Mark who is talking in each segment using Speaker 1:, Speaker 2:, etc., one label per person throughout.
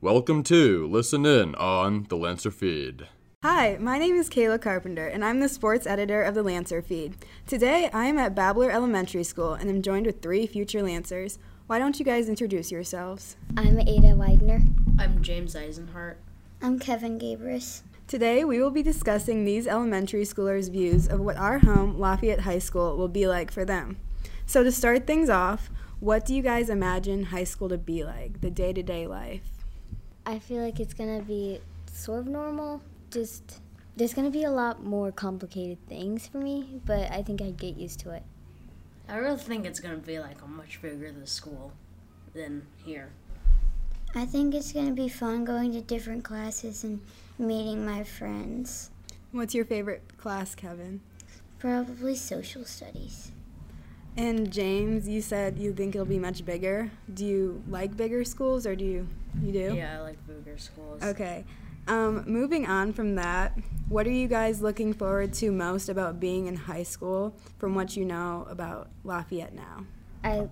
Speaker 1: Welcome to Listen In on the Lancer Feed.
Speaker 2: Hi, my name is Kayla Carpenter, and I'm the sports editor of the Lancer feed. Today, I am at Babbler Elementary School, and I'm joined with three future Lancers. Why don't you guys introduce yourselves?
Speaker 3: I'm Ada Widener.
Speaker 4: I'm James Eisenhart.
Speaker 5: I'm Kevin Gabris.
Speaker 2: Today, we will be discussing these elementary schoolers' views of what our home, Lafayette High School, will be like for them. So, to start things off, what do you guys imagine high school to be like, the day to day life?
Speaker 3: I feel like it's gonna be sort of normal. Just there's gonna be a lot more complicated things for me, but I think I'd get used to it.
Speaker 4: I really think it's gonna be like a much bigger the school than here.
Speaker 5: I think it's going to be fun going to different classes and meeting my friends.
Speaker 2: What's your favorite class, Kevin?
Speaker 5: Probably social studies.
Speaker 2: And James, you said you think it'll be much bigger. Do you like bigger schools, or do you you do?
Speaker 4: Yeah, I like bigger schools.
Speaker 2: Okay. Um, moving on from that, what are you guys looking forward to most about being in high school from what you know about Lafayette now?
Speaker 3: I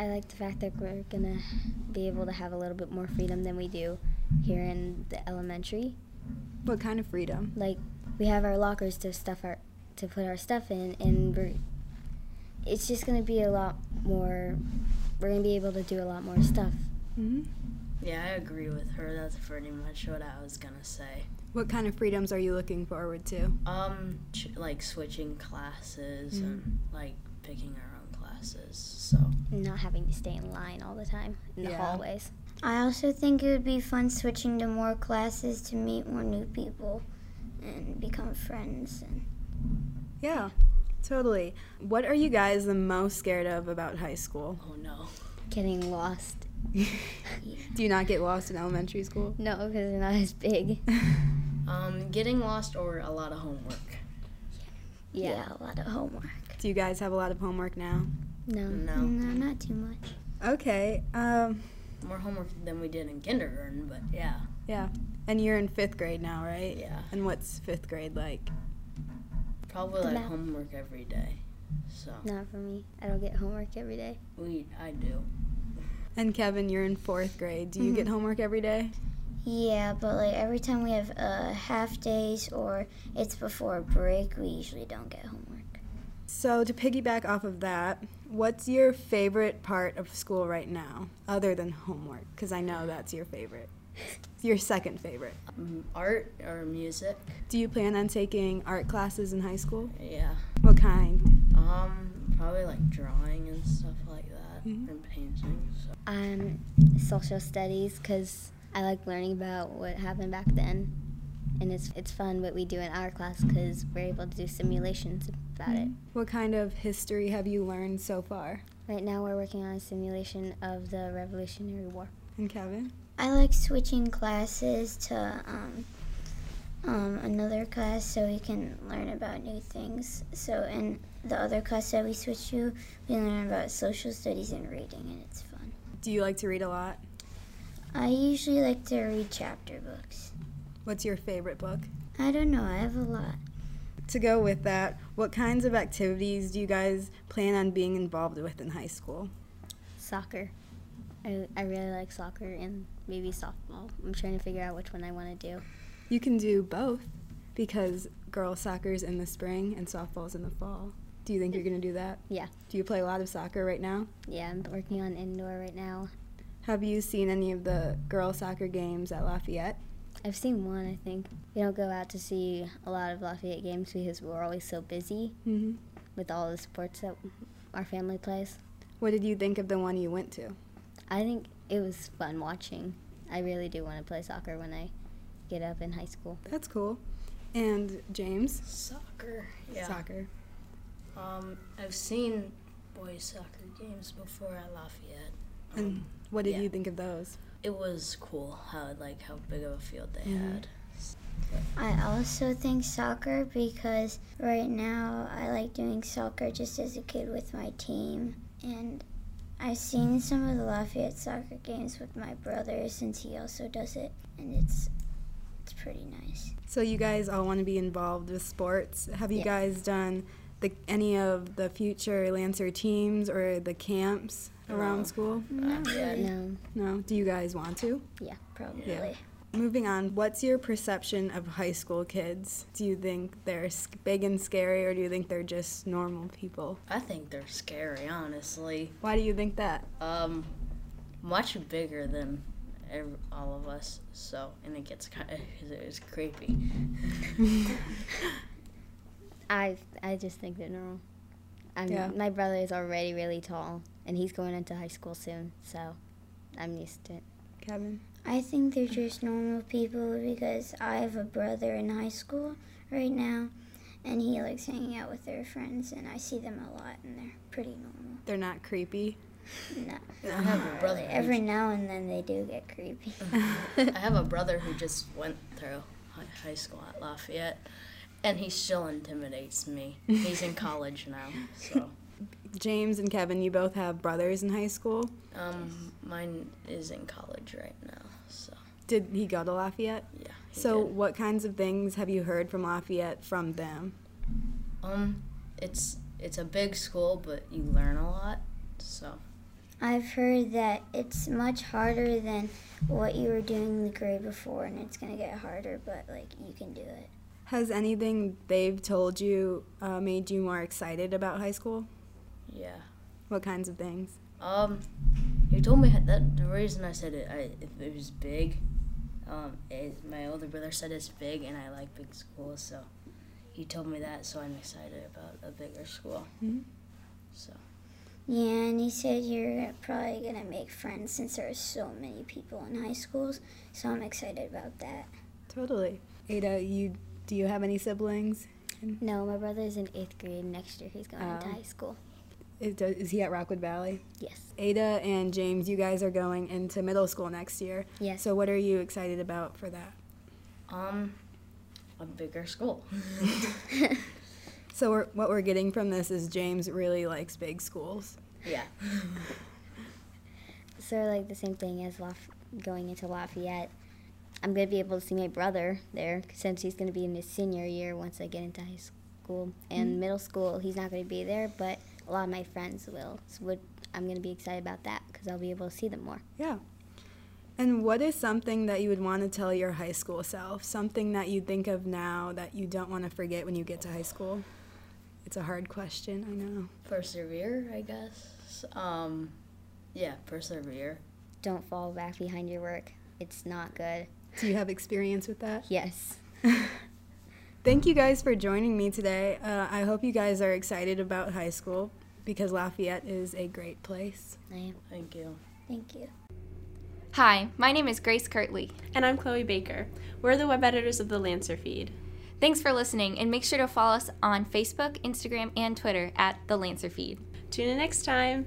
Speaker 3: I like the fact that we're gonna be able to have a little bit more freedom than we do here in the elementary.
Speaker 2: What kind of freedom?
Speaker 3: Like we have our lockers to stuff our to put our stuff in, and we're it's just gonna be a lot more. We're gonna be able to do a lot more stuff.
Speaker 2: hmm
Speaker 4: Yeah, I agree with her. That's pretty much what I was gonna say.
Speaker 2: What kind of freedoms are you looking forward to?
Speaker 4: Um, ch- like switching classes and like picking our own classes. So
Speaker 3: Not having to stay in line all the time in the
Speaker 2: Yeah.
Speaker 3: hallways.
Speaker 5: I also think it would be fun switching to more classes to meet more new people and become friends. And
Speaker 2: Yeah, totally. What are you guys the most scared of about high school?
Speaker 4: oh no,
Speaker 3: Getting lost.
Speaker 2: Do you not get lost in elementary school?
Speaker 3: No, because they're not as big.
Speaker 4: um, getting lost or a lot of homework.
Speaker 3: Yeah.
Speaker 5: a lot of homework.
Speaker 2: Do you guys have a lot of homework now?
Speaker 3: No.
Speaker 4: No,
Speaker 5: No, not too much.
Speaker 2: Okay. Um,
Speaker 4: more homework than we did in kindergarten. But yeah,
Speaker 2: yeah. And you're in fifth grade now, right?
Speaker 4: yeah,
Speaker 2: And what's fifth grade like?
Speaker 4: probably
Speaker 3: The
Speaker 4: like
Speaker 3: math.
Speaker 4: homework every day. So
Speaker 3: Not for me. I don't get homework every day.
Speaker 4: we, I do.
Speaker 2: And Kevin, you're in fourth grade. Do you get homework every day?
Speaker 5: Yeah, but like every time we have uh, half days or it's before break, we usually don't get homework.
Speaker 2: So, to piggyback off of that, what's your favorite part of school right now, other than homework? Because I know that's your favorite. It's Your second favorite.
Speaker 4: M- Art or music?
Speaker 2: Do you plan on taking art classes in high school?
Speaker 4: Yeah.
Speaker 2: What kind?
Speaker 4: Um, probably like drawing and stuff like that,
Speaker 2: Mhm.
Speaker 4: and painting. So.
Speaker 3: Um, social studies because I like learning about what happened back then, and it's it's fun what we do in our class because we're able to do simulations about it.
Speaker 2: What kind of history have you learned so far?
Speaker 3: Right now, we're working on a simulation of the Revolutionary War.
Speaker 2: And Kevin?
Speaker 5: I like switching classes to um, um, another class so we can learn about new things. So in the other class that we switch to, we learn about social studies and reading, and it's fun.
Speaker 2: Do you like to read a lot?
Speaker 5: I usually like to read chapter books.
Speaker 2: What's your favorite book?
Speaker 5: I don't know, I have a lot.
Speaker 2: To go with that, what kinds of activities do you guys plan on being involved with in high school?
Speaker 3: Soccer. I, I really like soccer and maybe softball. I'm trying to figure out which one I want to do.
Speaker 2: You can do both because girls' soccer's in the spring and softball's in the fall. Do you think you're going to do that?
Speaker 3: Yeah.
Speaker 2: Do you play a lot of soccer right now?
Speaker 3: Yeah, I'm working on indoor right now.
Speaker 2: Have you seen any of the girls' soccer games at Lafayette?
Speaker 3: I've seen one, I think. We don't go out to see a lot of Lafayette games because we're always so busy
Speaker 2: Mm-hmm.
Speaker 3: with all the sports that our family plays.
Speaker 2: What did you think of the one you went to?
Speaker 3: I think it was fun watching. I really do want to play soccer when I get up in high school.
Speaker 2: That's cool. And James,
Speaker 4: Soccer. Yeah.
Speaker 2: soccer.
Speaker 4: Um, I've seen boys soccer games before at Lafayette.
Speaker 2: And what did
Speaker 4: yeah.
Speaker 2: you think of those?
Speaker 4: It was cool how like how big of a field they
Speaker 2: Mhm.
Speaker 4: had.
Speaker 5: I also think soccer because right now I like doing soccer just as a kid with my team. And I've seen some of the Lafayette soccer games with my brother since he also does it, and it's it's pretty nice.
Speaker 2: So you guys all want to be involved with sports. Have you
Speaker 3: Yeah.
Speaker 2: guys done the, any of the future Lancer teams or the camps? around school?
Speaker 5: Not really.
Speaker 3: No.
Speaker 2: No. Do you guys want to?
Speaker 3: Um, Yeah.
Speaker 5: Probably.
Speaker 2: Moving on, what's your perception of high school kids? Do you think they're s- big and scary or do you think they're just normal people?
Speaker 4: I think they're scary, honestly.
Speaker 2: Why do you think that?
Speaker 4: Um, much bigger than ev all of us. So, and it gets kind of it's creepy.
Speaker 3: I I just think they're normal. I'm,
Speaker 2: Yeah.
Speaker 3: My brother is already really tall, and he's going into high school soon, so I'm used to it.
Speaker 2: Kevin?
Speaker 5: I think they're just normal people because I have a brother in high school right now, and he likes hanging out with their friends, and I see them a lot, and they're pretty normal.
Speaker 2: They're not creepy.
Speaker 5: No,
Speaker 4: I have a brother. who
Speaker 5: every now and then they do get creepy.
Speaker 4: I have a brother who just went through hi- high school at Lafayette, and he still intimidates me. He's in college now, so.
Speaker 2: James and Kevin, you both have brothers in high school.
Speaker 4: Um, mine is in college right now, so
Speaker 2: Did he go to Lafayette?
Speaker 4: yeah. he
Speaker 2: So,
Speaker 4: did.
Speaker 2: what kinds of things have you heard from Lafayette from them?
Speaker 4: um, it's it's a big school, but you learn a lot. So
Speaker 5: I've heard that it's much harder than what you were doing the grade before, and it's gonna get harder, but like you can do it.
Speaker 2: Has anything they've told you uh, made you more excited about high school?
Speaker 4: yeah.
Speaker 2: What kinds of things?
Speaker 4: Um, he told me that the reason I said it, I it, it was big. Um, it, my older brother said it's big, and I like big schools, so he told me that. So I'm excited about a bigger school.
Speaker 2: Mhm.
Speaker 4: So
Speaker 5: Yeah, and he said you're probably gonna make friends since there are so many people in high schools, so I'm excited about that.
Speaker 2: Totally. Ada, you do you have any siblings?
Speaker 3: No, my brother's in eighth grade. Next year, he's going into
Speaker 2: Oh.
Speaker 3: high school.
Speaker 2: Is, do- is he at Rockwood Valley?
Speaker 3: Yes.
Speaker 2: Ada and James, you guys are going into middle school next year.
Speaker 3: Yes.
Speaker 2: So, what are you excited about for that?
Speaker 4: um, a bigger school.
Speaker 2: So, we're, what we're getting from this is James really likes big schools.
Speaker 4: yeah.
Speaker 3: sort of like the same thing as Laf- going into Lafayette. I'm gonna be able to see my brother there since he's gonna be in his senior year once I get into high school and middle school. He's not gonna be there, but a lot of my friends will. So would, I'm gonna be excited about that because I'll be able to see them more.
Speaker 2: Yeah. And what is something that you would want to tell your high school self? Something that you think of now that you don't want to forget when you get to high school? It's a hard question, I know.
Speaker 4: persevere, I guess. Um, yeah, persevere.
Speaker 3: Don't fall back behind your work. It's not good.
Speaker 2: Do you have experience with that?
Speaker 3: Yes.
Speaker 2: Thank you guys for joining me today. Uh, I hope you guys are excited about high school because Lafayette is a great place.
Speaker 3: I am.
Speaker 4: Thank you.
Speaker 5: Thank you.
Speaker 6: Hi, my name is Grace Kirtley.
Speaker 7: And I'm Chloe Baker. We're the web editors of the Lancer feed.
Speaker 6: Thanks for listening, and make sure to follow us on Facebook, Instagram, and Twitter at The Lancer Feed.
Speaker 7: Tune in next time.